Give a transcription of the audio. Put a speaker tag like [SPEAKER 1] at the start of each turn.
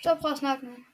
[SPEAKER 1] Stop, Frostnacken.